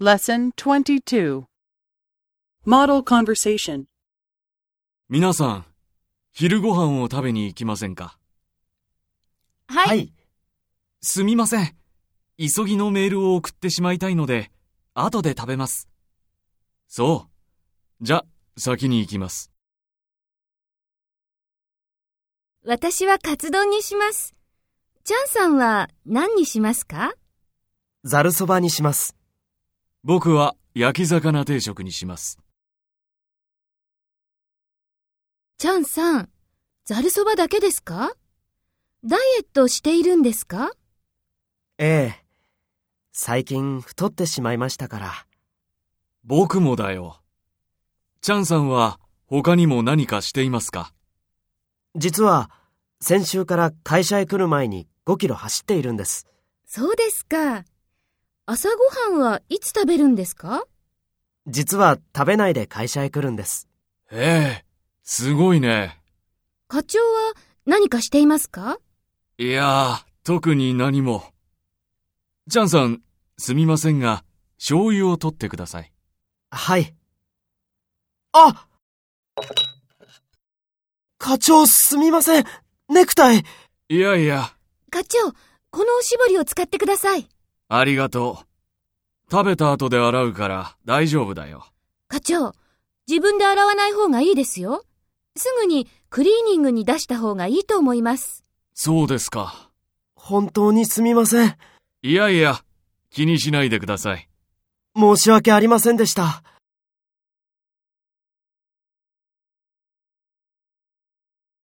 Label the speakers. Speaker 1: Lesson 22 Model Conversation
Speaker 2: 皆さん、昼ご飯を食べに行きませんか
Speaker 3: はい。
Speaker 2: すみません。急ぎのメールを送ってしまいたいので、後で食べます。そう。じゃ、先に行きます。
Speaker 3: 私はカツ丼にします。チャンさんは何にしますか
Speaker 4: ざるそばにします。
Speaker 2: 僕は焼き魚定食にします。
Speaker 3: チャンさん、ざるそばだけですかダイエットしているんですか
Speaker 4: ええ。最近太ってしまいましたから。
Speaker 2: 僕もだよ。チャンさんは他にも何かしていますか
Speaker 4: 実は、先週から会社へ来る前に5キロ走っているんです。
Speaker 3: そうですか。朝ごはんはいつ食べるんですか
Speaker 4: 実は食べないで会社へ来るんです。
Speaker 2: ええ、すごいね。
Speaker 3: 課長は何かしていますか
Speaker 2: いやー、特に何も。チャンさん、すみませんが、醤油を取ってください。
Speaker 4: はい。あ課長すみません。ネクタイ。
Speaker 2: いやいや。
Speaker 3: 課長、このおしぼりを使ってください。
Speaker 2: ありがとう。食べた後で洗うから大丈夫だよ。
Speaker 3: 課長、自分で洗わない方がいいですよ。すぐにクリーニングに出した方がいいと思います。
Speaker 2: そうですか。
Speaker 4: 本当にすみません。
Speaker 2: いやいや、気にしないでください。
Speaker 4: 申し訳ありませんでした。